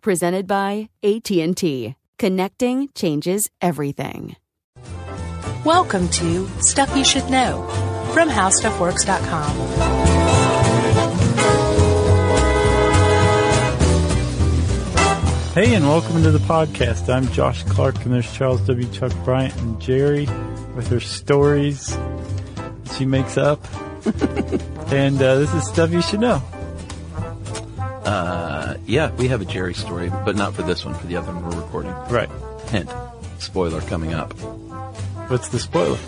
Presented by AT&T. Connecting changes everything. Welcome to Stuff You Should Know from HowStuffWorks.com. Hey, and welcome to the podcast. I'm Josh Clark, and there's Charles W. Chuck Bryant and Jerry with her stories that she makes up. and uh, this is stuff you should know. Yeah, we have a Jerry story, but not for this one, for the other one we're recording. Right. Hint. Spoiler coming up. What's the spoiler?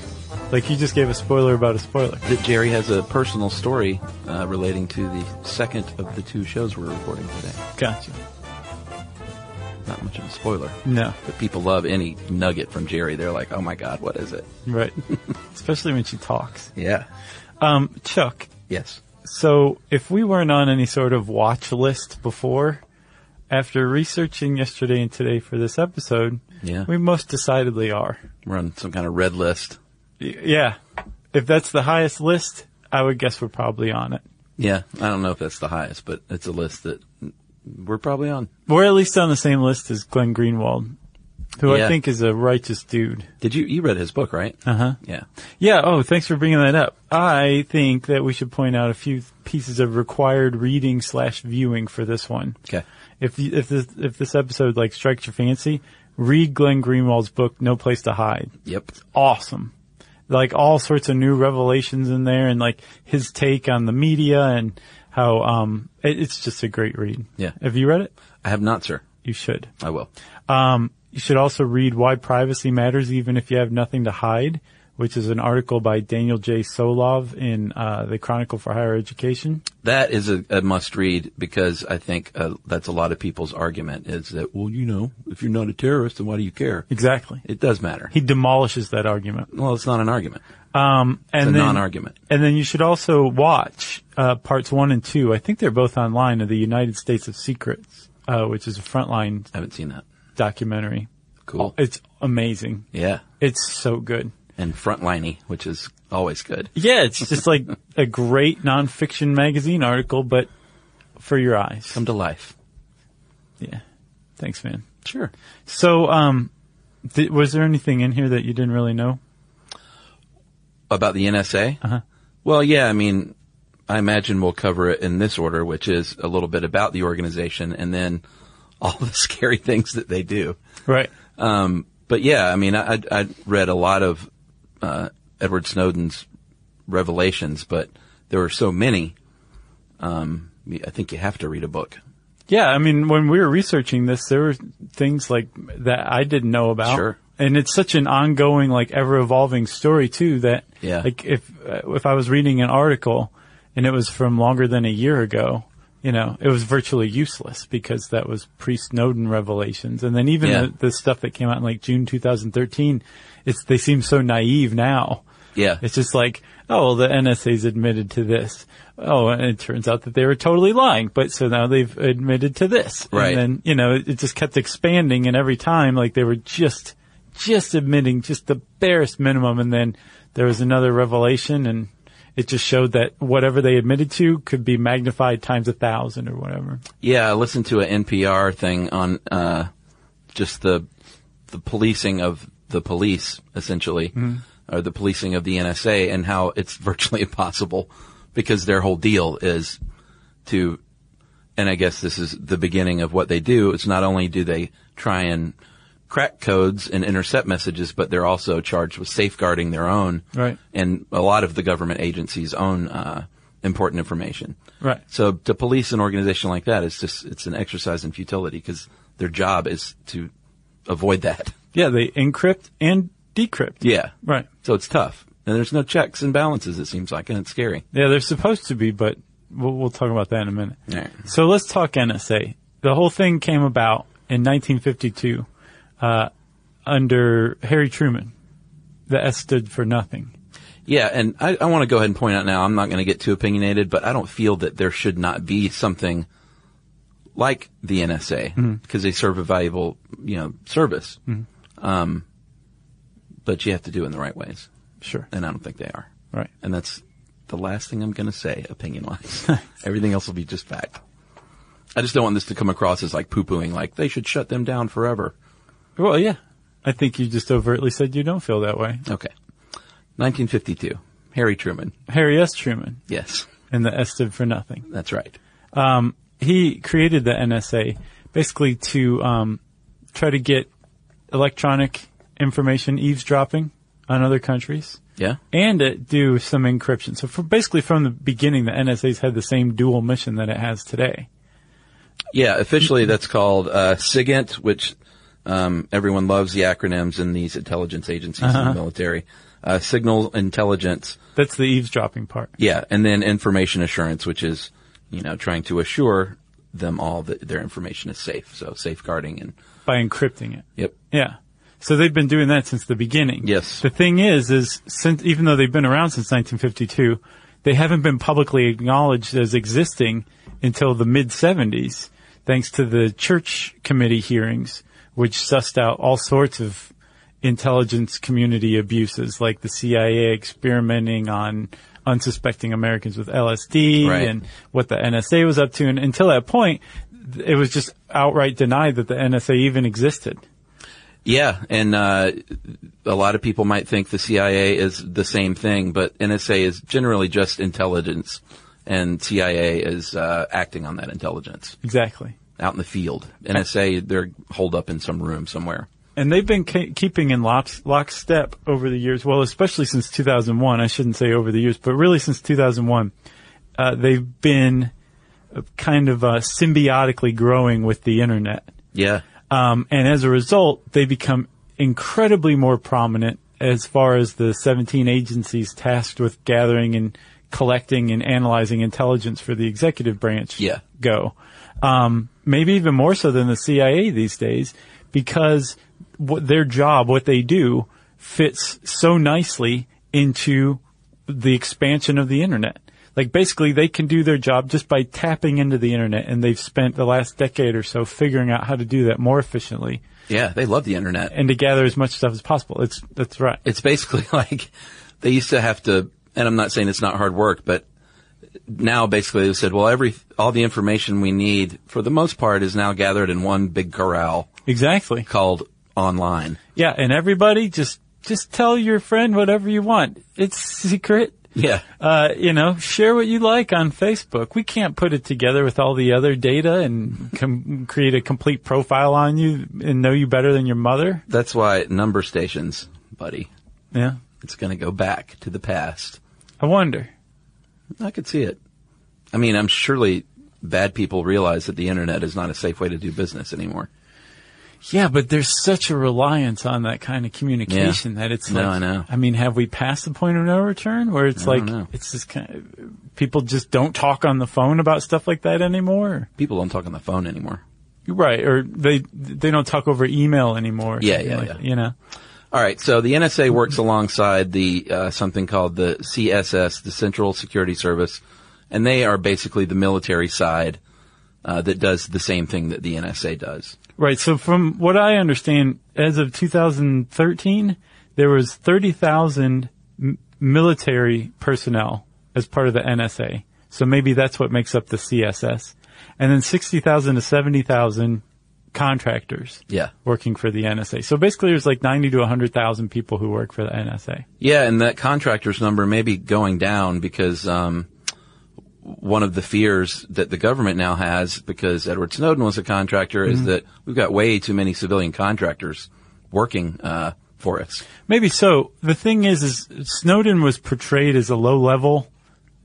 Like, you just gave a spoiler about a spoiler. That Jerry has a personal story uh, relating to the second of the two shows we're recording today. Gotcha. Not much of a spoiler, No. but people love any nugget from Jerry. They're like, oh my god, what is it? Right. Especially when she talks. Yeah. Um, Chuck, Yes. So, if we weren't on any sort of watch list before, after researching yesterday and today for this episode, Yeah. we most decidedly are. We're on some kind of red list. Y- yeah. If that's the highest list, I would guess we're probably on it. Yeah, I don't know if that's the highest, but it's a list that we're probably on. We're at least on the same list as Glenn Greenwald, who I Yeah. think is a righteous dude. Did you you read his book, right? Uh huh. Yeah. Yeah. Oh, thanks for bringing that up. I think that we should point out a few pieces of required reading slash viewing for this one. Okay. If you, if this if this episode like strikes your fancy, read Glenn Greenwald's book No Place to Hide. Yep. Awesome. Like all sorts of new revelations in there and like his take on the media and how um it, it's just a great read. Yeah. Have you read it? I have not, sir. You should. I will. Um you should also read Why Privacy Matters Even If You Have Nothing to Hide, which is an article by Daniel J. Solov in uh, the Chronicle for Higher Education. That is a, a must read because I think uh, that's a lot of people's argument is that, well, you know, if you're not a terrorist, then why do you care? Exactly. It does matter. He demolishes that argument. well, it's not an argument. Um, and It's a then, non-argument. And then you should also watch uh, parts one and two. I think they're both online of the United States of Secrets, uh, which is a frontline I haven't seen that. documentary. Cool. It's amazing. yeah. It's so good. And frontliney, which is always good. Yeah, it's just like a great nonfiction magazine article, but for your eyes. Come to life. Yeah. Thanks, man. Sure. So, um, th- was there anything in here that you didn't really know? About the NSA? Uh-huh. Well, yeah, I mean, I imagine we'll cover it in this order, which is a little bit about the organization and then all the scary things that they do. Right. Um, but yeah, I mean, I, I, I read a lot of uh, Edward Snowden's revelations, but there were so many. Um, I think you have to read a book. Yeah, I mean, when we were researching this, there were things like that I didn't know about. Sure. And it's such an ongoing, like ever evolving story too that, Yeah. like if, uh, if I was reading an article and it was from longer than a year ago, you know, it was virtually useless because that was pre Snowden revelations. And then even Yeah. the, the stuff that came out in like June 2013, it's, they seem so naive now. Yeah, It's just like, oh, well, the NSA's admitted to this. Oh, and it turns out that they were totally lying, but so now they've admitted to this. Right. And then, you know, it, it just kept expanding and every time, like they were just, just admitting just the barest minimum and then there was another revelation and it just showed that whatever they admitted to could be magnified times a thousand or whatever. yeah. I listened to an NPR thing on uh, just the the policing of the police, essentially, or the policing of the NSA, and how it's virtually impossible because their whole deal is to, and I guess this is the beginning of what they do. It's not only do they try and crack codes and intercept messages, but they're also charged with safeguarding their own Right. and a lot of the government agencies' own uh, important information. Right. So to police an organization like that is just it's an exercise in futility because their job is to avoid that. Yeah, they encrypt and decrypt. Yeah. Right. So it's tough. And there's no checks and balances, it seems like, and it's scary. Yeah, they're supposed to be, but we'll, we'll talk about that in a minute. All right. So let's talk NSA. The whole thing came about in 1952 uh, under Harry Truman. The S stood for nothing. Yeah, and I, I want to go ahead and point out now, I'm not going to get too opinionated, but I don't feel that there should not be something like the NSA because they serve a valuable, you know, service. Um, but you have to do it in the right ways, Sure. and I don't think they are. Right. And that's the last thing I'm going to say, opinion wise. Everything else will be just fact. I just don't want this to come across as like poo pooing, like they should shut them down forever. Well, yeah. I think you just overtly said you don't feel that way. Okay. 1952. Harry Truman. Harry S. Truman, Yes, and the S stood for nothing. Um, that's right. he created the NSA basically to um, try to get electronic information eavesdropping on other countries Yeah. and uh, do some encryption. So for basically from the beginning, the NSA's had the same dual mission that it has today. Yeah, officially that's called uh, SIGINT, which um, everyone loves the acronyms in these intelligence agencies and the military. Uh, signal intelligence, That's the eavesdropping part. yeah, and then information assurance, which is you know trying to assure them all that their information is safe. So safeguarding and by encrypting it. yep, Yeah. So they've been doing that since the beginning. Yes. The thing is, is since, even though they've been around since 1952, they haven't been publicly acknowledged as existing until the mid 70s, thanks to the church committee hearings, which sussed out all sorts of intelligence community abuses, like the CIA experimenting on unsuspecting Americans with LSD Right. and what the NSA was up to. And until that point, th- it was just outright denied that the NSA even existed. yeah, and uh, a lot of people might think the CIA is the same thing, but NSA is generally just intelligence, and CIA is uh, acting on that intelligence. Exactly. out in the field. NSA, they're holed up in some room somewhere. And they've been ke- keeping in lock, lockstep over the years. Well, especially since 2001. I shouldn't say over the years, but really since 2001, uh, they've been uh, kind of uh, symbiotically growing with the internet. Yeah. Um, and as a result, they become incredibly more prominent as far as the 17 agencies tasked with gathering and collecting and analyzing intelligence for the executive branch Yeah. go. Um, maybe even more so than the CIA these days because what their job, what they do fits so nicely into the expansion of the internet. Like basically they can do their job just by tapping into the internet and they've spent the last decade or so figuring out how to do that more efficiently Yeah. They love the internet. and to gather as much stuff as possible. It's, that's right. It's basically like they used to have to, and I'm not saying it's not hard work, but now basically they said, well, every, all the information we need for the most part is now gathered in one big corral Exactly. called online. Yeah. And everybody just, just tell your friend whatever you want. It's secret. Yeah. uh, you know, share what you like on Facebook. We can't put it together with all the other data and com- create a complete profile on you and know you better than your mother. That's why number stations, buddy, Yeah. it's going to go back to the past. I wonder. I could see it. I mean, I'm surely bad people realize that the internet is not a safe way to do business anymore. Yeah, but there's such a reliance on that kind of communication that it's No, like, I know. mean, have we passed the point of no return where it's I like, don't know. it's just kind of, people just don't talk on the phone about stuff like that anymore. People don't talk on the phone anymore. You're Right. Or they, they don't talk over email anymore. or Yeah, something yeah, like yeah. that, You know? All right, so the NSA works alongside the uh, something called the CSS, the Central Security Service, and they are basically the military side uh, that does the same thing that the NSA does. Right. So from what I understand, as of 2013, there was 30,000 m- military personnel as part of the NSA. So maybe that's what makes up the CSS. And then 60,000 to 70,000 contractors Yeah, working for the NSA. So basically there's like 90 to 100,000 people who work for the NSA. yeah, and that contractors number may be going down because um, one of the fears that the government now has because Edward Snowden was a contractor is that we've got way too many civilian contractors working uh, for us. Maybe so. The thing is, is Snowden was portrayed as a low level,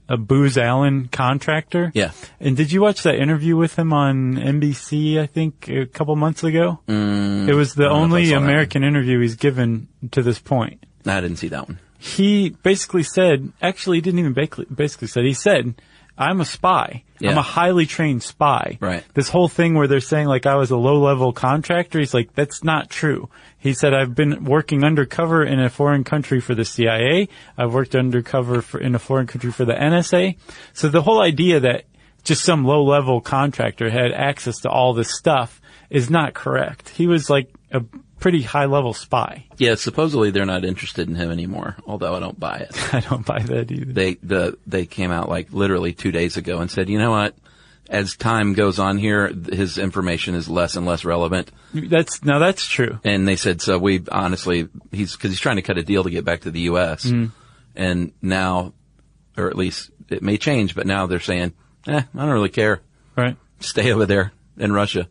a Booz Allen contractor. Yeah. And did you watch that interview with him on NBC? I think a couple months ago. it was the don't know only if Mm, I saw that one. American interview he's given to this point. I didn't see that one. He basically said, actually, he didn't even basically, basically said. He said, "I'm a spy. I'm Yeah. a highly trained spy." Right. This whole thing where they're saying like I was a low level contractor. He's like, that's not true. He said, I've been working undercover in a foreign country for the CIA. I've worked undercover for, in a foreign country for the NSA. So the whole idea that just some low level contractor had access to all this stuff is not correct. He was like a pretty high level spy. Yeah, supposedly they're not interested in him anymore, although I don't buy it. I don't buy that either. They the they came out like literally 2 days ago and said, "You know what? As time goes on here, th- his information is less and less relevant." That's now that's true. And they said, "So we honestly he's cuz he's trying to cut a deal to get back to the US." And now or at least it may change, but now they're saying, "Eh, I don't really care. Right. Stay over there in Russia."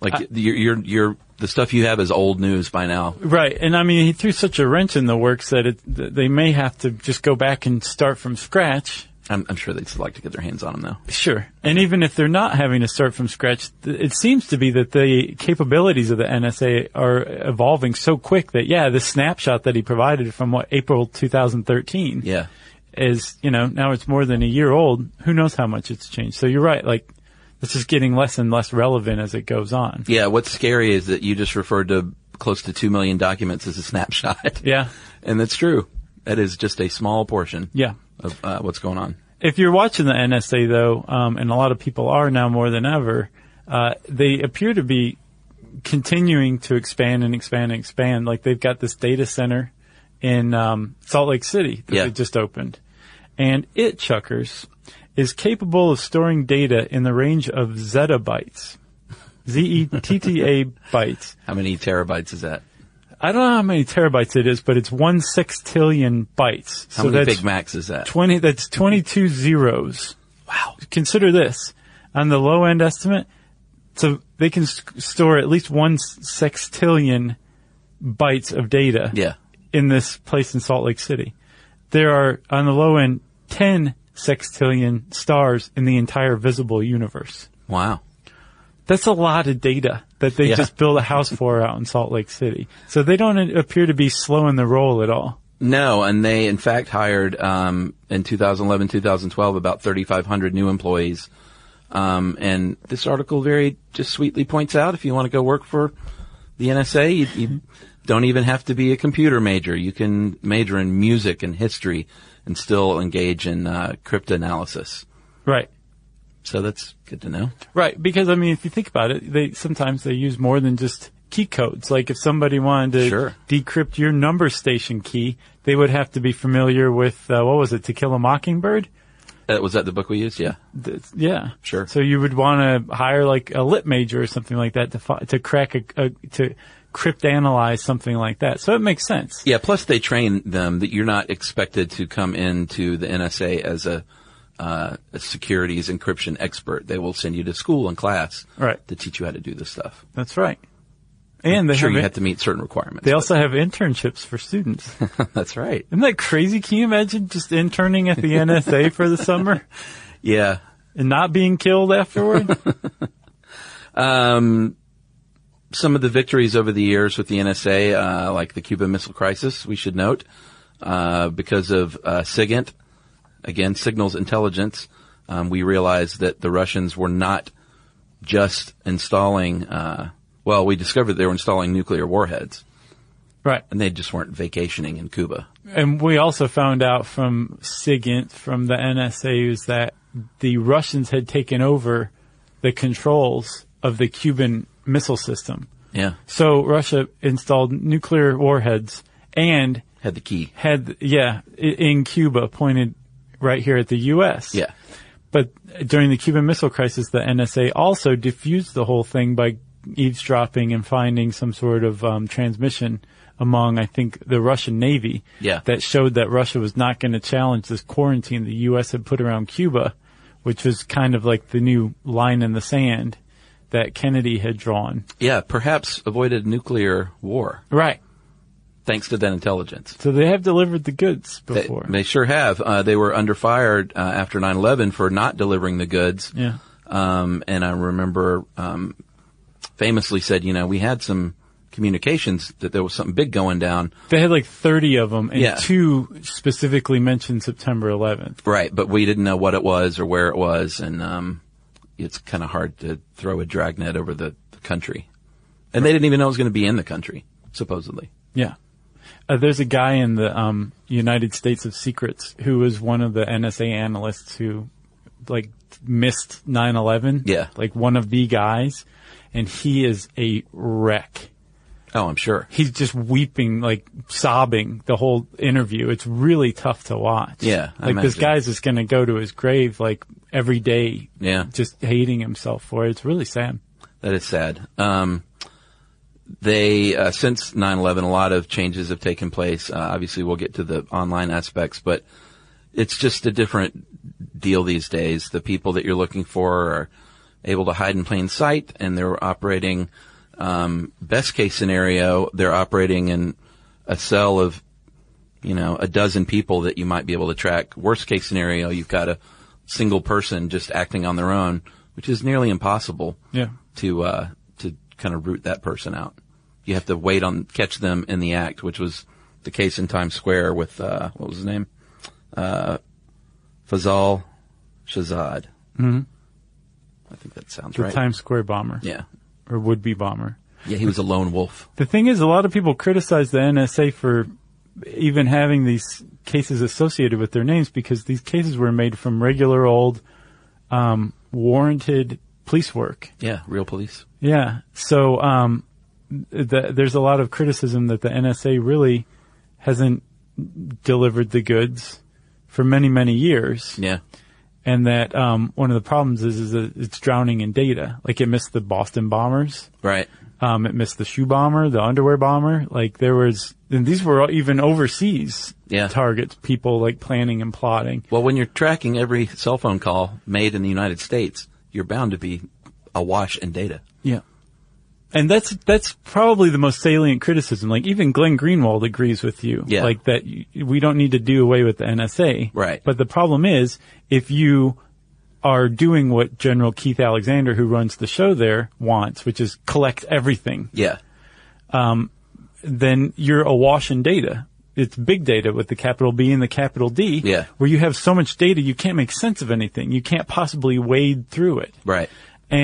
Like you're, you're you're the stuff you have is old news by now. Right. And I mean, he threw such a wrench in the works that it, th- they may have to just go back and start from scratch. I'm, I'm sure they'd still like to get their hands on him though. Sure. And even if they're not having to start from scratch, th- it seems to be that the capabilities of the NSA are evolving so quick that, yeah, the snapshot that he provided from what, April 2013 Yeah. is, you know, now it's more than a year old. Who knows how much it's changed? So you're right. Like, this is getting less and less relevant as it goes on. Yeah, what's scary is that you just referred to close to 2 million documents as a snapshot. Yeah. And that's true. That is just a small portion Yeah. of uh, what's going on. if you're watching the NSA though, um, and a lot of people are now more than ever, uh, they appear to be continuing to expand and expand and expand. Like they've got this data center in um, Salt Lake City that Yeah. they just opened, and it chuckers is capable of storing data in the range of zettabytes, z e t t a bytes. How many terabytes is that? I don't know how many terabytes it is, but it's one sextillion bytes. How so many that's Big Macs is that? 20, that's 22 zeros. Wow. Consider this. On the low end estimate, so they can s- store at least one s- sextillion bytes of data yeah. in this place in Salt Lake City. There are, on the low end, 10 sextillion stars in the entire visible universe. Wow. That's a lot of data that they Yeah. just built a house for out in Salt Lake City. So they don't a- appear to be slowing the roll at all. No, and they in fact hired um, in 2011, 2012 about 3,500 new employees. Um, and this article very just sweetly points out if you want to go work for the NSA, you, you don't even have to be a computer major. You can major in music and history and still engage in uh, cryptanalysis. Right. So that's good to know. Right, because I mean, if you think about it, they sometimes they use more than just key codes. Like if somebody wanted to Sure. decrypt your number station key, they would have to be familiar with uh, what was it, To Kill a Mockingbird? Uh, was that the book we used? Yeah. Th- yeah, Sure. So you would want to hire like a lit major or something like that to fi- to crack a, a to crypt analyze something like that. So it makes sense. Yeah, plus they train them that you're not expected to come into the NSA as a, uh, a securities encryption expert. They will send you to school and class Right. to teach you how to do this stuff. That's right. And they sure, have you in- have to meet certain requirements. they also have internships for students. but- that's right. Isn't that crazy? Can you imagine just interning at the NSA for the summer? Yeah. and not being killed afterward. Some of the victories over the years with the NSA, uh, like the Cuban Missile Crisis, we should note, uh, because of uh, SIGINT, again, signals intelligence, um, we realized that the Russians were not just installing, uh, well, we discovered they were installing nuclear warheads. right. and they just weren't vacationing in Cuba. And we also found out from SIGINT, from the NSA, is that the Russians had taken over the controls of the Cuban missile system. Yeah, So Russia installed nuclear warheads and had the key. had, yeah, i- in Cuba pointed right here at the U.S. Yeah, But during the Cuban Missile Crisis, the NSA also diffused the whole thing by eavesdropping and finding some sort of um, transmission among, I think, the Russian Navy Yeah. that showed that Russia was not going to challenge this quarantine the U.S. had put around Cuba, which was kind of like the new line in the sand that Kennedy had drawn. Yeah, perhaps avoided nuclear war Right. thanks to that intelligence. So they have delivered the goods They, before. they sure have. Uh, they were under fire uh, after 9/11 for not delivering the goods. yeah. Um, and I remember um, famously said, you know, we had some communications that there was something big going down. They had like 30 of them and Yeah. two specifically mentioned September 11th. Right, but we didn't know what it was or where it was, and um, it's kind of hard to throw a dragnet over the, the country. And they didn't even know it was going to be in the country, supposedly. Yeah. Uh, there's a guy in the um, United States of Secrets who was one of the NSA analysts who, like, missed 9/11. Yeah. Like one of the guys, and he is a wreck. Oh, I'm sure. He's just weeping, like sobbing the whole interview. It's really tough to watch. Yeah, I Like this imagine. guy's just going to go to his grave like every day. Yeah. Just hating himself for it. It's really sad. That is sad. Um, they uh, since 9/11, a lot of changes have taken place. Uh, obviously, we'll get to the online aspects, but it's just a different deal these days. The people that you're looking for are able to hide in plain sight, and they're operating. Um, best case scenario, they're operating in a cell of, you know, a dozen people that you might be able to track. Worst case scenario, you've got a single person just acting on their own, which is nearly impossible Yeah. to uh, to kind of root that person out. You have to wait on catch them in the act, which was the case in Times Square with uh, what was his name, uh, Fazal Shazad. Mm-hmm. I think that sounds The right. Times Square bomber yeah, or would be bomber. yeah, he was a lone wolf. The thing is, a lot of people criticize the NSA for even having these cases associated with their names because these cases were made from regular old, um, warranted police work. Yeah, real police. Yeah. So, um, th there's a lot of criticism that the NSA really hasn't delivered the goods for many, many years. Yeah, And that, um, one of the problems is, is that it's drowning in data. Like it missed the Boston bombers. right. Um, it missed the shoe bomber, the underwear bomber. Like there was, and these were all even overseas Yeah. targets, people like planning and plotting. Well, when you're tracking every cell phone call made in the United States, you're bound to be awash in data. Yeah. And that's, that's probably the most salient criticism. Like even Glenn Greenwald agrees with you. Yeah. Like that y- we don't need to do away with the NSA. Right. But the problem is if you are doing what General Keith Alexander, who runs the show there, wants, which is collect everything, Yeah, then you're awash in data. It's big data with the capital B and the capital D. Yeah. Where you have so much data, you can't make sense of anything. You can't possibly wade through it. right.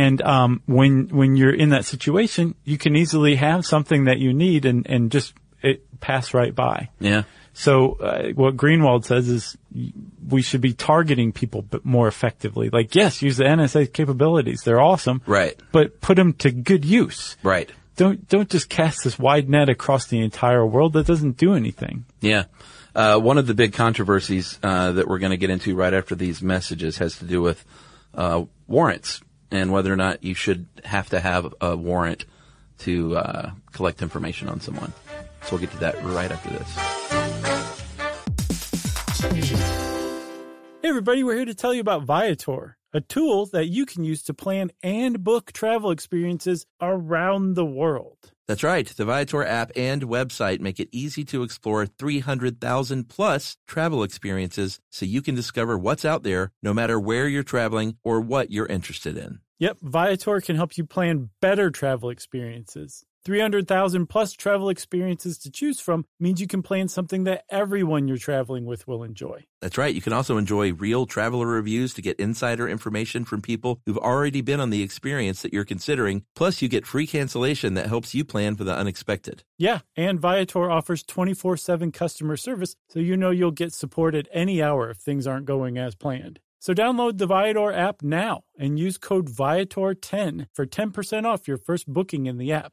And um, when when you're in that situation, you can easily have something that you need and and just it pass right by. Yeah, So uh, what Greenwald says is y- we should be targeting people b- more effectively. Like yes, use the NSA capabilities; they're awesome. Right. But put them to good use right. don't don't just cast this wide net across the entire world. That doesn't do anything. Yeah. Uh, one of the big controversies uh, that we're going to get into right after these messages has to do with uh, warrants and whether or not you should have to have a warrant to uh, collect information on someone. So we'll get to that right after this. Hey everybody, we're here to tell you about Viator, a tool that you can use to plan and book travel experiences around the world. That's right. The Viator app and website make it easy to explore 300,000 plus travel experiences so you can discover what's out there no matter where you're traveling or what you're interested in. Yep, Viator can help you plan better travel experiences. 300,000 plus travel experiences to choose from means you can plan something that everyone you're traveling with will enjoy. That's right. You can also enjoy real traveler reviews to get insider information from people who've already been on the experience that you're considering. Plus, you get free cancellation that helps you plan for the unexpected. Yeah, and Viator offers 24 7 customer service, so you know you'll get support at any hour if things aren't going as planned. So download the Viator app now and use code Viator10 for 10% off your first booking in the app.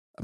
I'm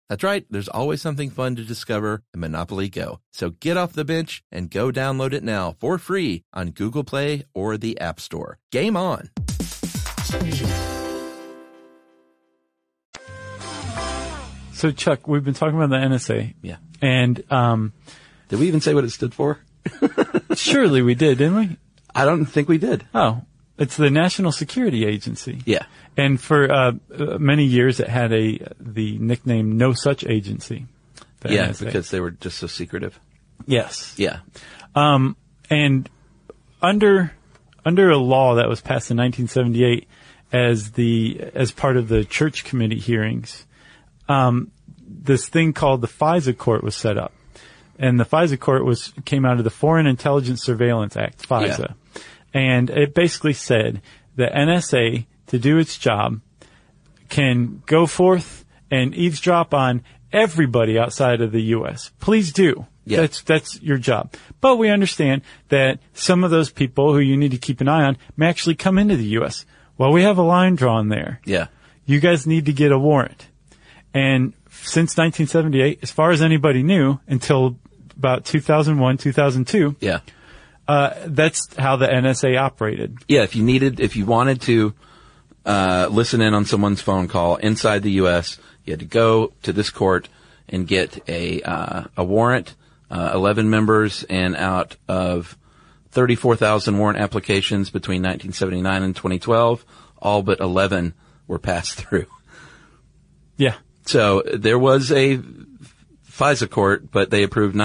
That's right. There's always something fun to discover in Monopoly Go. So get off the bench and go download it now for free on Google Play or the App Store. Game on. So, Chuck, we've been talking about the NSA. Yeah. And um, Did we even say what it stood for? surely we did, didn't we? I don't think we did. Oh, it's the National Security Agency. Yeah. And for uh, uh, many years, it had a the nickname "No Such Agency." The yeah, NSA. because they were just so secretive. yes, Yeah. Um, and under under a law that was passed in 1978 as the as part of the church committee hearings, um, this thing called the FISA court was set up, and the FISA court was came out of the Foreign Intelligence Surveillance Act, FISA, and it basically said the NSA to do its job can go forth and eavesdrop on everybody outside of the U.S. Please do. Yeah. That's that's your job. But we understand that some of those people who you need to keep an eye on may actually come into the U.S. Well, we have a line drawn there. Yeah. You guys need to get a warrant. And since 1978, as far as anybody knew, until about 2001, 2002, Yeah. uh, that's how the NSA operated. Yeah. If you needed, if you wanted to, uh, listen in on someone's phone call inside the U.S., you had to go to this court and get a, uh, a warrant, uh, 11 members and out of 34,000 warrant applications between 1979 and 2012, all but 11 were passed through. Yeah. So there was a FISA court, but they approved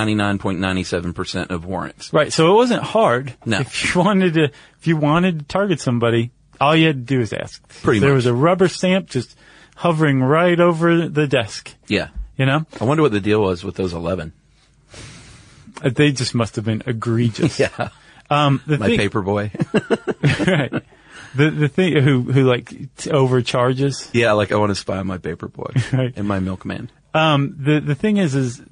99.97% of warrants. Right. So it wasn't hard. No. If you wanted to, if you wanted to target somebody, all you had to do was ask. Pretty there much. was a rubber stamp just hovering right over the desk. Yeah. You know, I wonder what the deal was with those 11. Uh, they just must have been egregious. Yeah. Um, the My thing, paper boy. right. The, the thing who, who like t- overcharges. yeah, like I want to spy on my paper boy Right. and my milkman. Um, the, the thing is, is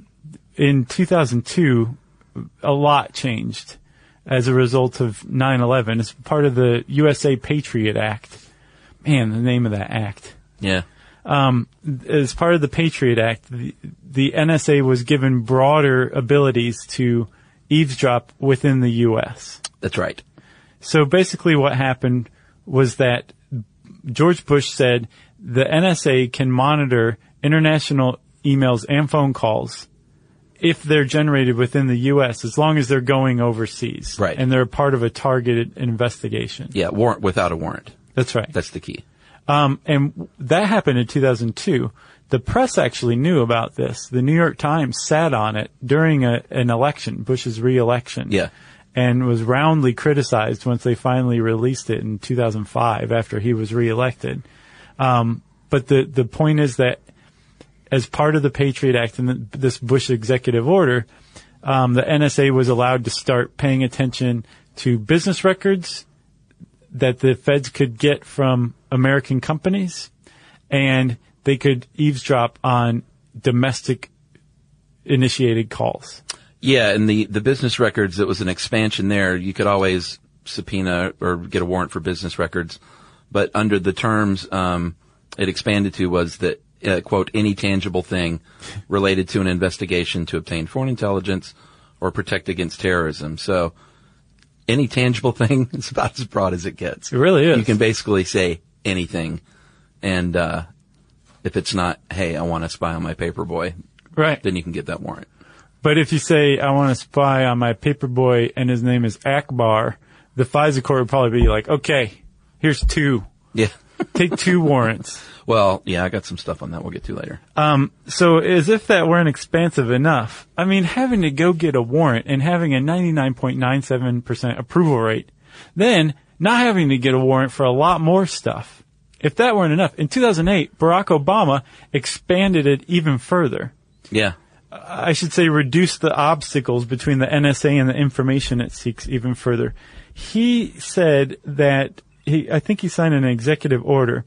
in 2002, a lot changed as a result of 9-11. It's part of the USA Patriot Act. Man, the name of that act. Yeah. Um, as part of the Patriot Act, the, the NSA was given broader abilities to eavesdrop within the U.S. That's right. So basically, what happened was that George Bush said the NSA can monitor international emails and phone calls if they're generated within the U.S. as long as they're going overseas Right. and they're part of a targeted investigation. Yeah. Warrant without a warrant. That's right. That's the key. Um, and that happened in 2002. The press actually knew about this. The New York Times sat on it during a, an election, Bush's reelection. Yeah. And was roundly criticized once they finally released it in 2005 after he was reelected. Um, but the, the point is that as part of the Patriot Act and the, this Bush executive order, um, the NSA was allowed to start paying attention to business records that the feds could get from American companies and they could eavesdrop on domestic initiated calls. Yeah. And the, the business records, it was an expansion there. You could always subpoena or get a warrant for business records. But under the terms, um, it expanded to was that, uh, quote, any tangible thing related to an investigation to obtain foreign intelligence or protect against terrorism. So any tangible thing is about as broad as it gets. It really is. You can basically say anything. And, uh, if it's not, hey, I want to spy on my paper boy, Right. then you can get that warrant. But if you say, I want to spy on my paper boy and his name is Akbar, the FISA court would probably be like, okay, here's two. Yeah. Take two warrants. Well, yeah, I got some stuff on that we'll get to later. Um, so as if that weren't expansive enough, I mean, having to go get a warrant and having a 99.97% approval rate, then not having to get a warrant for a lot more stuff. If that weren't enough, in 2008, Barack Obama expanded it even further. Yeah. I should say reduce the obstacles between the NSA and the information it seeks even further. He said that he, I think he signed an executive order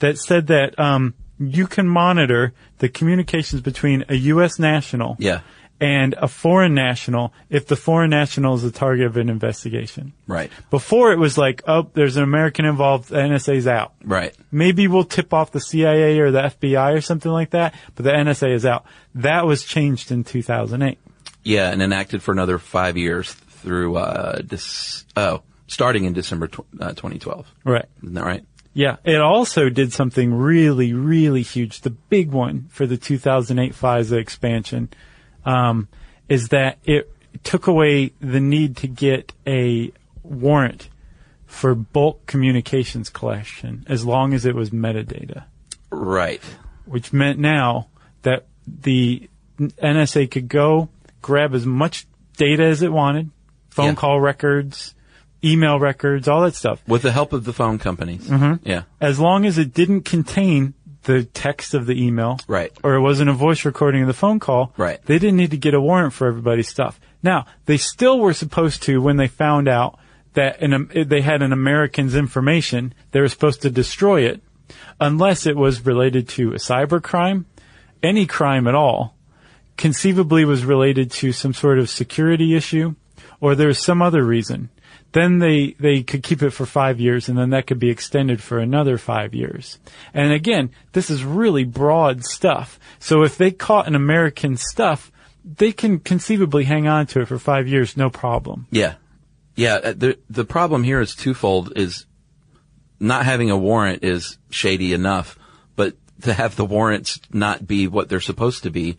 that said that um, you can monitor the communications between a U.S. national Yeah. and a foreign national if the foreign national is the target of an investigation. Right. Before it was like, oh, there's an American involved, the NSA's out. Right. Maybe we'll tip off the CIA or the FBI or something like that, but the NSA is out. That was changed in 2008. Yeah, and enacted for another five years through, uh, dis- oh, starting in December tw- uh, 2012. Right. Isn't that right? Yeah. It also did something really, really huge. The big one for the 2008 FISA expansion um, is that it took away the need to get a warrant for bulk communications collection as long as it was metadata. Right. which meant now that the NSA could go grab as much data as it wanted, phone Yeah. call records, email records, all that stuff, With the help of the phone companies. Mm-hmm. Yeah. as long as it didn't contain the text of the email, Right. or it wasn't a voice recording of the phone call, Right. They didn't need to get a warrant for everybody's stuff. Now they still were supposed to when they found out that an, um, they had an American's information, they were supposed to destroy it, unless it was related to a cyber crime, any crime at all, conceivably was related to some sort of security issue, or there's some other reason. Then they, they could keep it for five years and then that could be extended for another five years. And again, this is really broad stuff. So if they caught an American stuff, they can conceivably hang on to it for five years, no problem. Yeah. Yeah. uh, The, the problem here is twofold is not having a warrant is shady enough, but to have the warrants not be what they're supposed to be,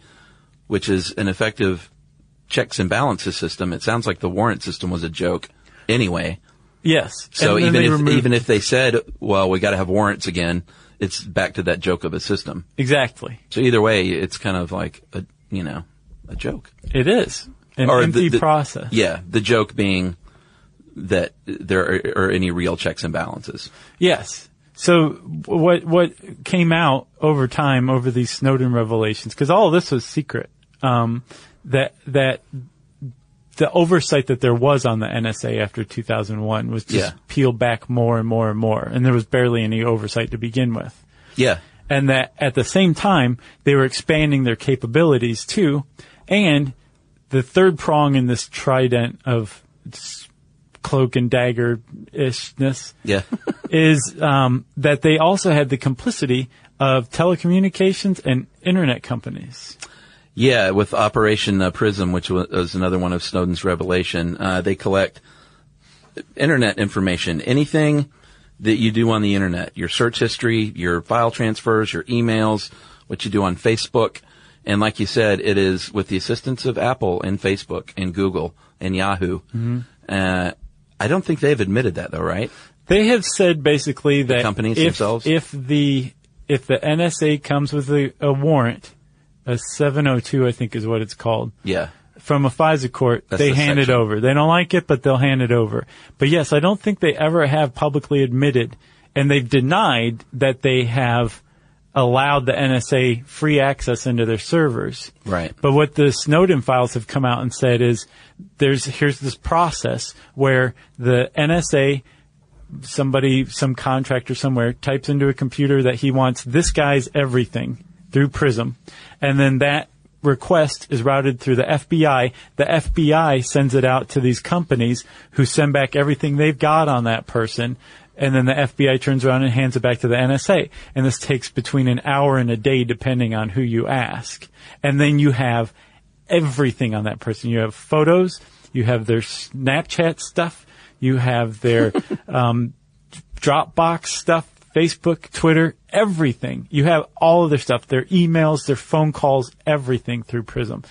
which is an effective checks and balances system. It sounds like the warrant system was a joke anyway. Yes. So And then even they if, removed- even if they said, well, we got to have warrants again, it's back to that joke of a system. exactly So either way, it's kind of like a, you know, a joke. it is an Or the- empty the- process. Yeah, the joke being that there are, are any real checks and balances. Yes. So what what came out over time over these Snowden revelations? Because all of this was secret. Um, that that the oversight that there was on the NSA after 2001 was just Yeah. peeled back more and more and more, and there was barely any oversight to begin with Yeah, and that at the same time they were expanding their capabilities too. And the third prong in this trident of s- cloak and dagger ishness yeah, is um, that they also had the complicity of telecommunications and internet companies. yeah. With Operation uh, Prism, which wa- was another one of Snowden's revelation, uh, they collect internet information, anything that you do on the internet, your search history, your file transfers, your emails, what you do on Facebook. And like you said, it is with the assistance of Apple and Facebook and Google and Yahoo. Mm-hmm. Uh, I don't think they've admitted that though, right? They have said basically that companies if, themselves? if the if the NSA comes with a, a warrant, a 702 I think is what it's called, Yeah. from a FISA court, That's they the hand it section. over. They don't like it, but they'll hand it over. But yes, I don't think they ever have publicly admitted, and they've denied that they have allowed the NSA free access into their servers. Right. But what the Snowden files have come out and said is there's here's this process where the NSA somebody some contractor somewhere types into a computer that he wants this guy's everything through Prism and then that request is routed through the FBI the FBI sends it out to these companies who send back everything they've got on that person and then the FBI turns around and hands it back to the NSA and this takes between an hour and a day depending on who you ask and then you have everything on that person you have photos you have their Snapchat stuff you have their um, Dropbox stuff, Facebook, Twitter, everything. You have all of their stuff, their emails, their phone calls, everything through Prism.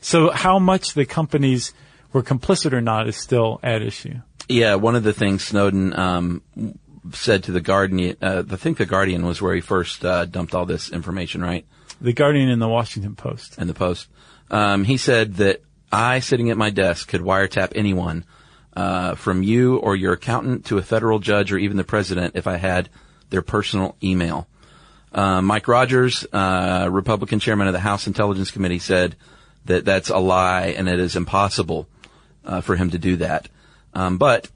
So how much the companies were complicit or not is still at issue. Yeah, one of the things Snowden um, said to the Guardian. Uh, I think the Guardian was where he first uh, dumped all this information, right? The Guardian and the Washington Post. And the Post. Um, he said that I, sitting at my desk, could wiretap anyone, uh, from you or your accountant to a federal judge or even the president, if I had their personal email. Uh, Mike Rogers, uh, Republican chairman of the House Intelligence Committee, said that that's a lie and it is impossible uh, for him to do that. Um, but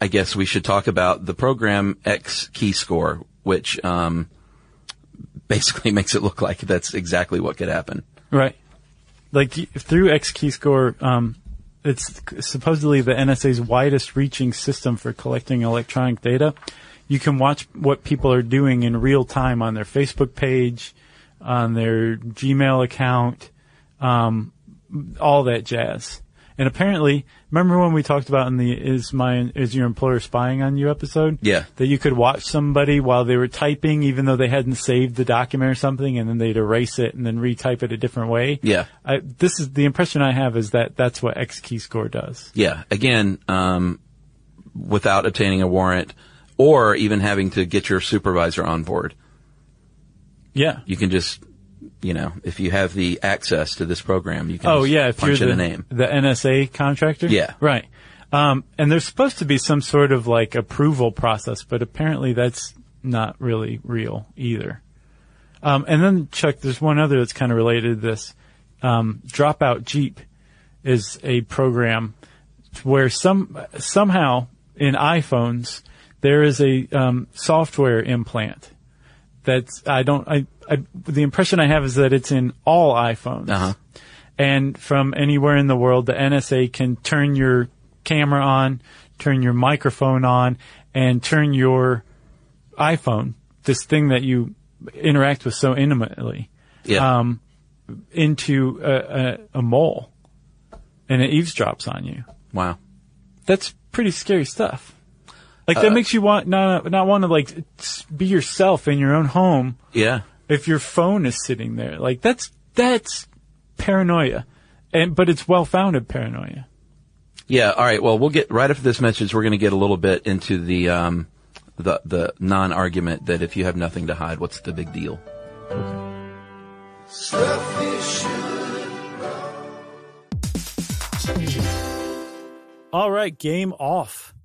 I guess we should talk about the program X Key Score, which um, basically makes it look like that's exactly what could happen. Right. Like y- through X Key Score, um, it's supposedly the NSA's widest reaching system for collecting electronic data. You can watch what people are doing in real time on their Facebook page, on their Gmail account, um, all that jazz. And apparently, remember when we talked about in the "Is my is your employer spying on you?" episode? Yeah. that you could watch somebody while they were typing, even though they hadn't saved the document or something, and then they'd erase it and then retype it a different way. Yeah. I, this is the impression I have is that that's what X key score does. Yeah. Again, um, without obtaining a warrant or even having to get your supervisor on board. Yeah. you can just, you know, if you have the access to this program, you can Oh just yeah, if punch you're in the a name. the NSA contractor. Yeah. Right. Um, and there's supposed to be some sort of like approval process, but apparently that's not really real either. Um, and then Chuck, there's one other that's kind of related to this. Um, Dropout Jeep is a program where some somehow in iPhones there is a um, software implant that's I don't I, I the impression I have is that it's in all iPhones Uh-huh. and from anywhere in the world, the NSA can turn your camera on, turn your microphone on, and turn your iPhone, this thing that you interact with so intimately, Yeah. um, into a, a, a mole, and it eavesdrops on you. wow. That's pretty scary stuff. Like that makes you want not not want to like s- be yourself in your own home Yeah. if your phone is sitting there. Like that's that's paranoia, and but it's well founded paranoia. Yeah. All right. Well, we'll get right after this message. We're going to get a little bit into the, um, the, the non-argument that if you have nothing to hide, what's the big deal? All right, game off.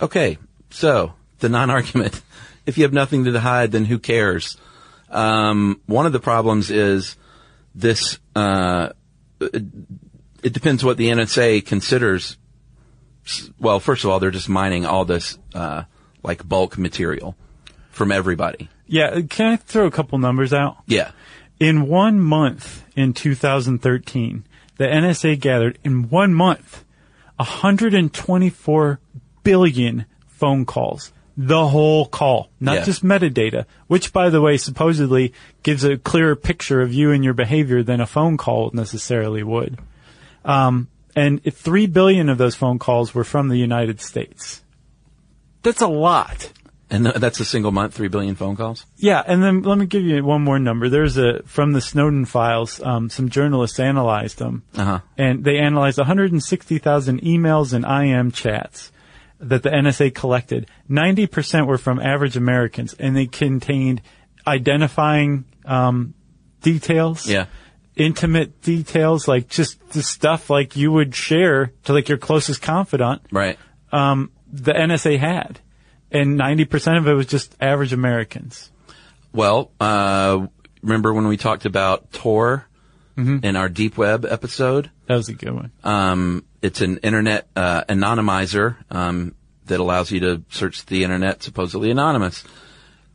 Okay. So the non-argument. If you have nothing to hide, then who cares? Um, one of the problems is this, uh, it, it depends what the NSA considers well, first of all, they're just mining all this uh, like bulk material from everybody. Yeah, can I throw a couple numbers out? Yeah. In one month in 2013, the NSA gathered in one month 124 billion phone calls. The whole call, not Yeah. just metadata, which by the way supposedly gives a clearer picture of you and your behavior than a phone call necessarily would. Um, and if 3 billion of those phone calls were from the United States. That's a lot. And th- that's a single month, three billion phone calls. Yeah, and then let me give you one more number. There's a from the Snowden files. Um, some journalists analyzed them, Uh-huh. and they analyzed 160,000 emails and IM chats that the NSA collected. Ninety percent were from average Americans, and they contained identifying um, details. Yeah. Intimate details, like just the stuff like you would share to like your closest confidant um, Right. the NSA had. And 90% of it was just average Americans. Well, uh, remember when we talked about Tor in our deep web episode? That was a good one. Um, it's an internet uh, anonymizer um, that allows you to search the internet supposedly anonymous.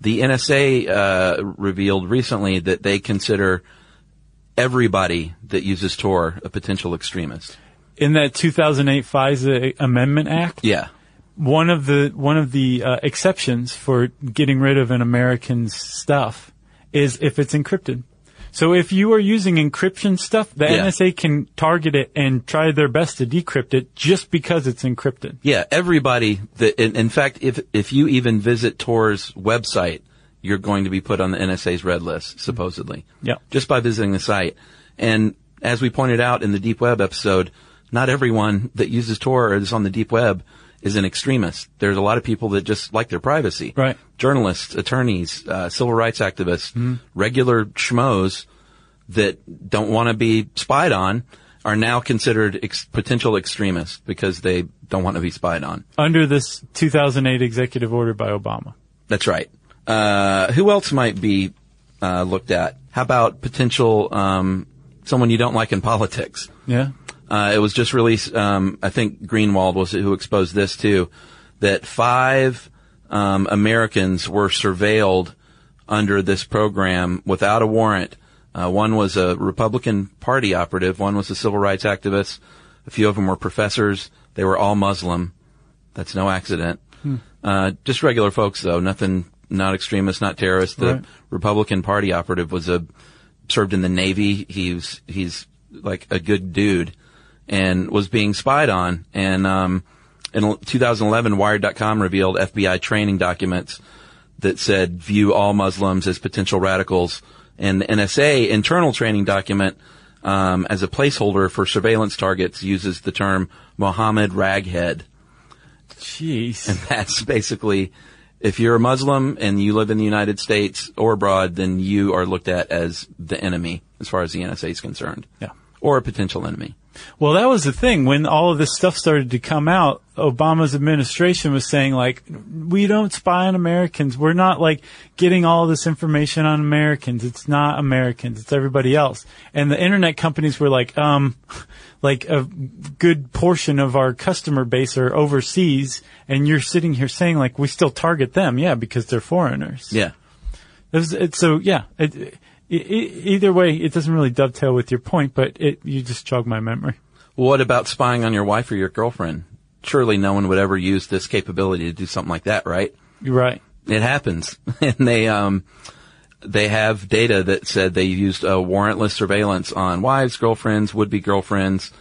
The NSA uh, revealed recently that they consider everybody that uses Tor a potential extremist. In that 2008 FISA Amendment Act, Yeah. one of the one of the uh, exceptions for getting rid of an American's stuff is if it's encrypted. So if you are using encryption stuff, the Yeah. NSA can target it and try their best to decrypt it just because it's encrypted. Yeah, everybody that, in, in fact, if, if you even visit Tor's website, you're going to be put on the NSA's red list, supposedly. Yeah. Just by visiting the site. And as we pointed out in the deep web episode, not everyone that uses Tor or is on the deep web is an extremist. There's a lot of people that just like their privacy. Right. Journalists, attorneys, uh, civil rights activists, regular schmoes that don't want to be spied on are now considered ex- potential extremists because they don't want to be spied on. Under this 2008 executive order by Obama. That's right. Uh, who else might be uh, looked at? How about potential um, someone you don't like in politics? Yeah. Uh, it was just released. Um, I think Greenwald was who exposed this too. That five um, Americans were surveilled under this program without a warrant. Uh, one was a Republican Party operative. One was a civil rights activist. A few of them were professors. They were all Muslim. That's no accident. Uh, just regular folks though. Nothing. Not extremists. Not terrorists. The Right. Republican Party operative was a served in the Navy. He's he's like a good dude, and was being spied on. And um, in 2011, Wired.com revealed FBI training documents that said view all Muslims as potential radicals, and the NSA internal training document um, as a placeholder for surveillance targets uses the term Mohammed Raghead. Jeez. That's basically. If you're a Muslim and you live in the United States or abroad, then you are looked at as the enemy as far as the NSA is concerned Yeah. or a potential enemy. Well, that was the thing. When all of this stuff started to come out, Obama's administration was saying, like, we don't spy on Americans. We're not, like, getting all this information on Americans. It's not Americans. It's everybody else. And the internet companies were like, um, like a good portion of our customer base are overseas. And you're sitting here saying, like, we still target them. Yeah, because they're foreigners. Yeah. It was, it, so, yeah. It, it, e- either way, it doesn't really dovetail with your point, but it, you just jogged my memory. What about spying on your wife or your girlfriend? Surely no one would ever use this capability to do something like that, right? You're right. It happens. and they, um, they have data that said they used uh, warrantless surveillance on wives, girlfriends, would-be girlfriends,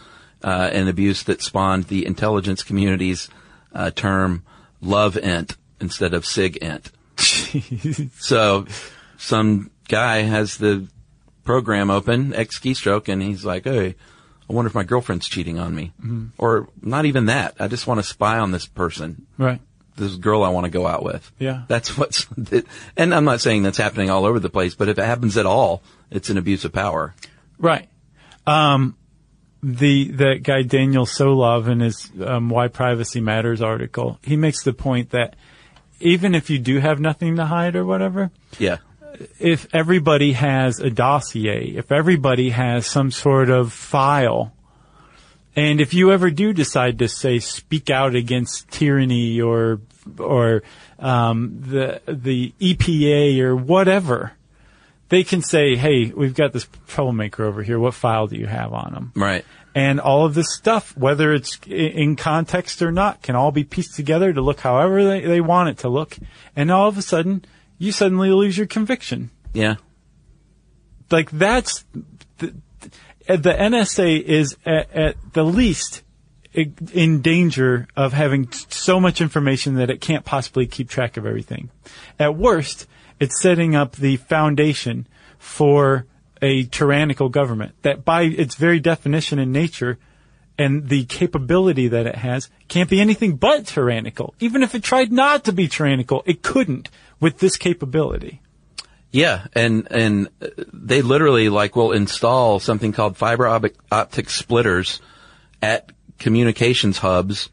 uh, an abuse that spawned the intelligence community's uh, term love int instead of sig int. So some guy has the program open, X keystroke, and he's like, hey, I wonder if my girlfriend's cheating on me. Or not even that. I just want to spy on this person, Right. this girl I want to go out with. Yeah. That's what's, and I'm not saying that's happening all over the place, but if it happens at all, it's an abuse of power. Right. Um, the that guy Daniel Solov in his um, "Why Privacy Matters" article, he makes the point that even if you do have nothing to hide or whatever, Yeah. if everybody has a dossier, if everybody has some sort of file, And if you ever do decide to say speak out against tyranny or or um, the the EPA or whatever, they can say, "Hey, we've got this troublemaker over here. What file do you have on him?" Right. And all of this stuff, whether it's i- in context or not, can all be pieced together to look however they, they want it to look. And all of a sudden, you suddenly lose your conviction Yeah. like that's the, the NSA is at, at the least i- in danger of having t- so much information that it can't possibly keep track of everything. At worst, it's setting up the foundation for a tyrannical government that by its very definition in nature and the capability that it has can't be anything but tyrannical. Even if it tried not to be tyrannical, it couldn't with this capability. Yeah, and and uh, they literally like will install something called fiber optic, optic splitters at communications hubs.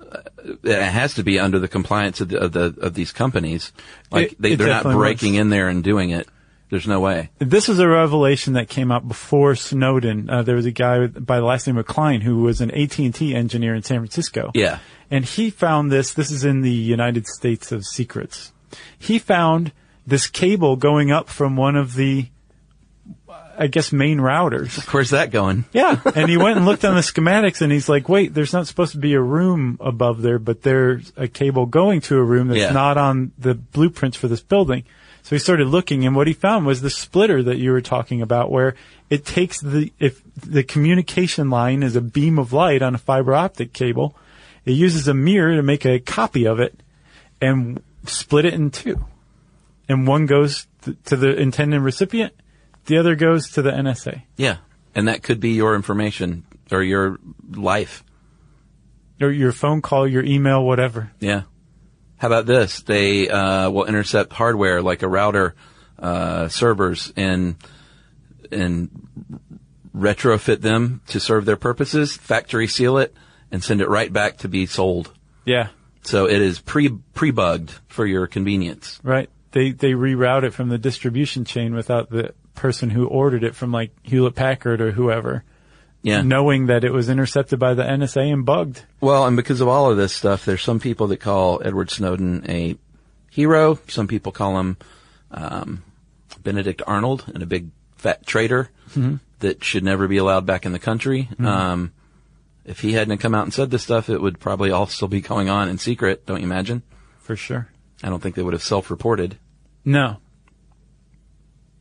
Uh, It has to be under the compliance of the of, the, of these companies. Like It- they, it they're not definitely breaking works. in there and doing it. There's no way. This is a revelation that came out before Snowden. Uh, there was a guy with, by the last name of Klein who was an AT&T engineer in San Francisco. Yeah. And he found this, this is in the United States of Secrets. He found this cable going up from one of the, I guess, main routers. Where's that going? Yeah. and he went and looked on the schematics and he's like, wait, there's not supposed to be a room above there, but there's a cable going to a room that's Yeah. not on the blueprints for this building. So he started looking and what he found was the splitter that you were talking about where it takes the, if the communication line is a beam of light on a fiber optic cable, it uses a mirror to make a copy of it and split it in two. And one goes th- to the intended recipient, the other goes to the NSA. Yeah, and that could be your information or your life. or your phone call, your email, whatever. Yeah. How about this? They uh, will intercept hardware like a router, uh, servers, and and retrofit them to serve their purposes. Factory seal it and send it right back to be sold. Yeah, So it is pre pre bugged for your convenience. right. They they reroute it from the distribution chain without the person who ordered it from like Hewlett Packard or whoever Yeah. knowing that it was intercepted by the NSA and bugged. Well, and because of all of this stuff, there's some people that call Edward Snowden a hero. Some people call him um, Benedict Arnold and a big fat traitor that should never be allowed back in the country. Um, if he hadn't come out and said this stuff, it would probably all still be going on in secret, don't you imagine? For sure. I don't think they would have self-reported. No.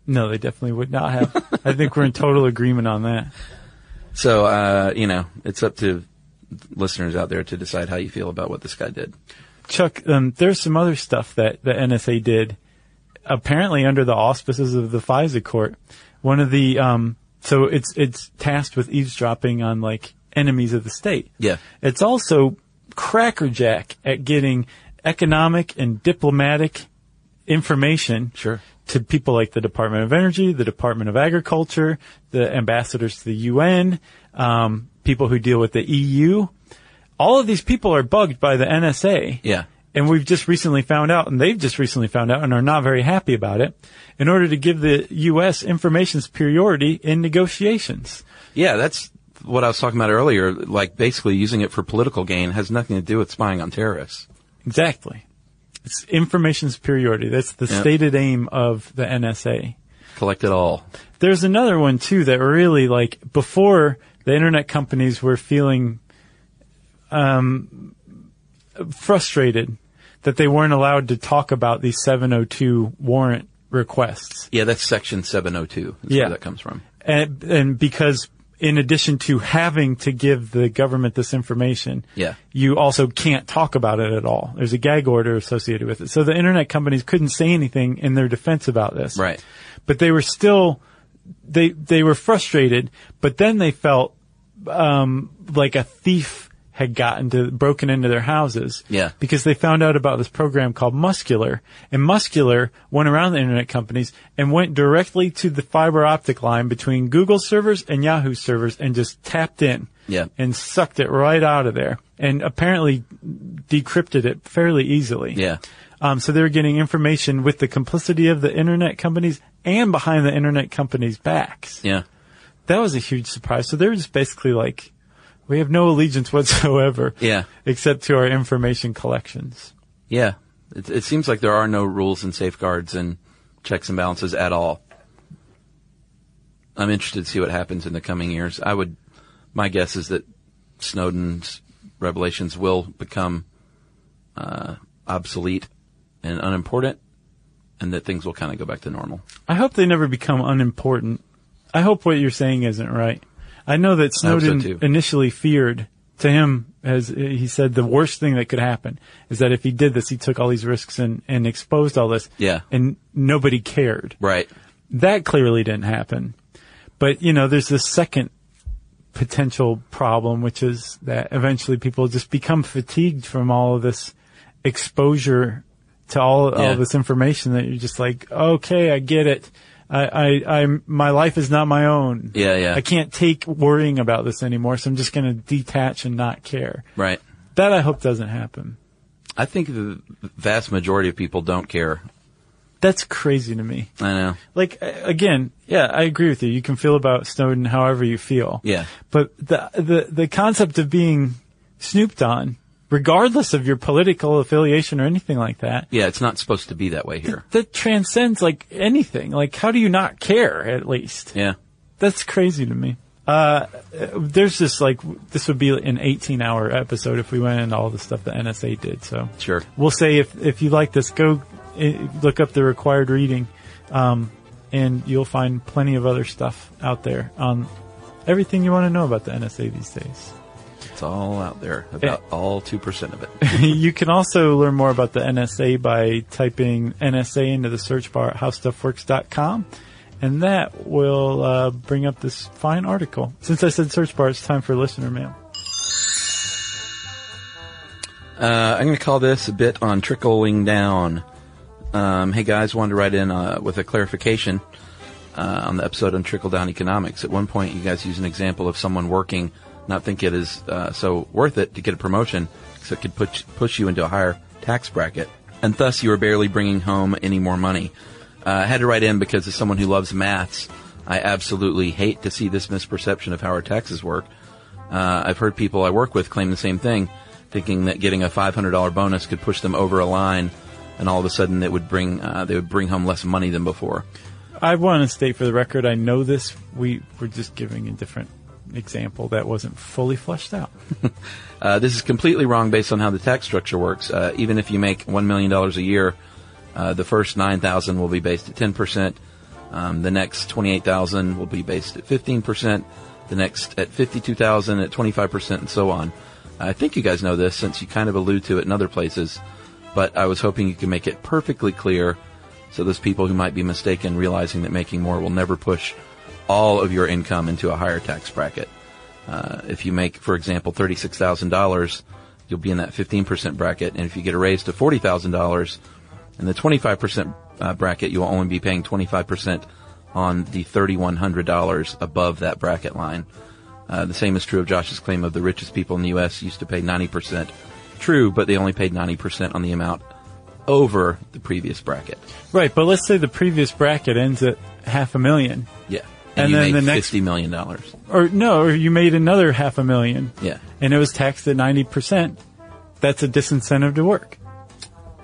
No, they definitely would not have. I think we're in total agreement on that. So, uh, you know, it's up to listeners out there to decide how you feel about what this guy did. Chuck, um, there's some other stuff that the NSA did, apparently under the auspices of the FISA court. One of the um, so it's it's tasked with eavesdropping on like enemies of the state. Yeah. It's also crackerjack at getting economic and diplomatic information Sure. to people like the Department of Energy, the Department of Agriculture, the ambassadors to the UN, um, people who deal with the EU. All of these people are bugged by the NSA. Yeah. And we've just recently found out, and they've just recently found out and are not very happy about it, in order to give the U.S. information superiority in negotiations. Yeah, that's what I was talking about earlier. Like basically using it for political gain has nothing to do with spying on terrorists. Exactly. It's information superiority. That's the Yeah. stated aim of the NSA. Collect it all. There's another one too that really like before the internet companies were feeling um, frustrated that they weren't allowed to talk about these 702 warrant requests. Yeah, that's section 702. That's Yeah. where that comes from. and and because in addition to having to give the government this information, Yeah. you also can't talk about it at all. There's a gag order associated with it. So the internet companies couldn't say anything in their defense about this. Right. But they were still they they were frustrated, but then they felt um, like a thief had gotten to broken into their houses. Yeah. Because they found out about this program called Muscular, and Muscular went around the internet companies and went directly to the fiber optic line between Google servers and Yahoo servers and just tapped in. Yeah. And sucked it right out of there, and apparently decrypted it fairly easily. Yeah. Um, so they're getting information with the complicity of the internet companies and behind the internet companies' backs Yeah. that was a huge surprise. So they were just basically like, We have no allegiance whatsoever. Yeah. Except to our information collections. Yeah. It, it seems like there are no rules and safeguards and checks and balances at all. I'm interested to see what happens in the coming years. I would, my guess is that Snowden's revelations will become uh, obsolete and unimportant, and that things will kind of go back to normal. I hope they never become unimportant. I hope what you're saying isn't right. I know that I hope so, Snowden too. initially feared to him as he said the worst thing that could happen is that if he did this, he took all these risks and, and exposed all this. Yeah. And nobody cared. Right. That clearly didn't happen. But, you know, there's this second potential problem, which is that eventually people just become fatigued from all of this exposure to all, Yeah. all this information that you're just like, okay, I get it. I, I, I'm, my life is not my own. Yeah, yeah. I can't take worrying about this anymore, so I'm just going to detach and not care. Right. That I hope doesn't happen. I think the vast majority of people don't care. That's crazy to me. I know. like a- again, yeah, I agree with you. You can feel about Snowden however you feel. Yeah. But the the the concept of being snooped on, regardless of your political affiliation or anything like that, Yeah, it's not supposed to be that way here. that transcends like anything. Like, how do you not care? At least Yeah. that's crazy to me. Uh, there's just like this would be an 18 hour episode if we went into all the stuff that NSA did. So Sure. we'll say if if you like this, go eh, look up the required reading, um, and you'll find plenty of other stuff out there on everything you want to know about the NSA these days. It's all out there. About all 2% of it. you can also learn more about the NSA by typing NSA into the search bar at howstuffworks.com. And that will uh, bring up this fine article. Since I said search bar, it's time for listener mail. Uh, I'm going to call this a bit on trickling down. Um, hey guys, wanted to write in uh, with a clarification uh, on the episode on trickle down economics. At one point, you guys used an example of someone working, not think it is uh, so worth it to get a promotion, because it could push push you into a higher tax bracket, and thus you are barely bringing home any more money. Uh, I had to write in because as someone who loves maths, I absolutely hate to see this misperception of how our taxes work. Uh, I've heard people I work with claim the same thing, thinking that getting a $500 bonus could push them over a line, and all of a sudden it would bring uh, they would bring home less money than before. I want to state for the record, I know this. We were just giving a different example that wasn't fully fleshed out. Uh, this is completely wrong based on how the tax structure works. Uh, even if you make one million dollars a year, uh, the first nine thousand will be based at ten percent. Um, the next twenty-eight thousand will be based at fifteen percent. The next at fifty-two thousand at twenty-five percent, and so on. I think you guys know this since you kind of allude to it in other places, but I was hoping you could make it perfectly clear so those people who might be mistaken realizing that making more will never push all of your income into a higher tax bracket. Uh, if you make, for example, thirty-six thousand dollars, you'll be in that fifteen percent bracket, and if you get a raise to forty thousand dollars, in the twenty-five percent uh, bracket, you'll only be paying twenty-five percent on the thirty-one hundred dollars above that bracket line. Uh, the same is true of Josh's claim of the richest people in the U.S. used to pay ninety percent. True, but they only paid ninety percent on the amount over the previous bracket. Right, but let's say the previous bracket ends at half a million. Yeah, And you then made the next- fifty million dollars. Or no, or you made another half a million. Yeah. And it was taxed at 90%. That's a disincentive to work.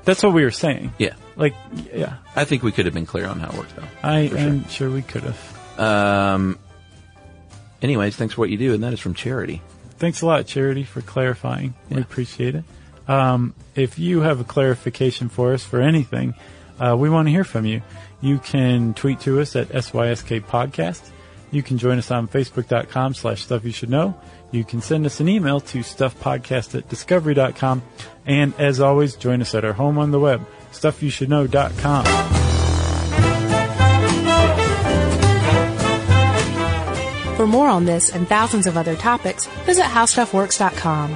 That's what we were saying. Yeah, Like, yeah, I think we could have been clear on how it worked though. I For sure. am sure we could have. Um, anyways, thanks for what you do, and that is from Charity. Thanks a lot, Charity, for clarifying. We Yeah. appreciate it. Um, if you have a clarification for us for anything, uh, we want to hear from you. You can tweet to us at SYSK Podcast. You can join us on Facebook.com slash Stuff You Should Know. You can send us an email to StuffPodcast at Discovery.com. And as always, join us at our home on the web, StuffYouShouldKnow.com. For more on this and thousands of other topics, visit howstuffworks.com.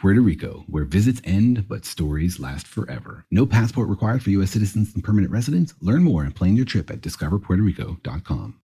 Puerto Rico, where visits end but stories last forever. No passport required for U.S. citizens and permanent residents. Learn more and plan your trip at discoverpuertorico.com.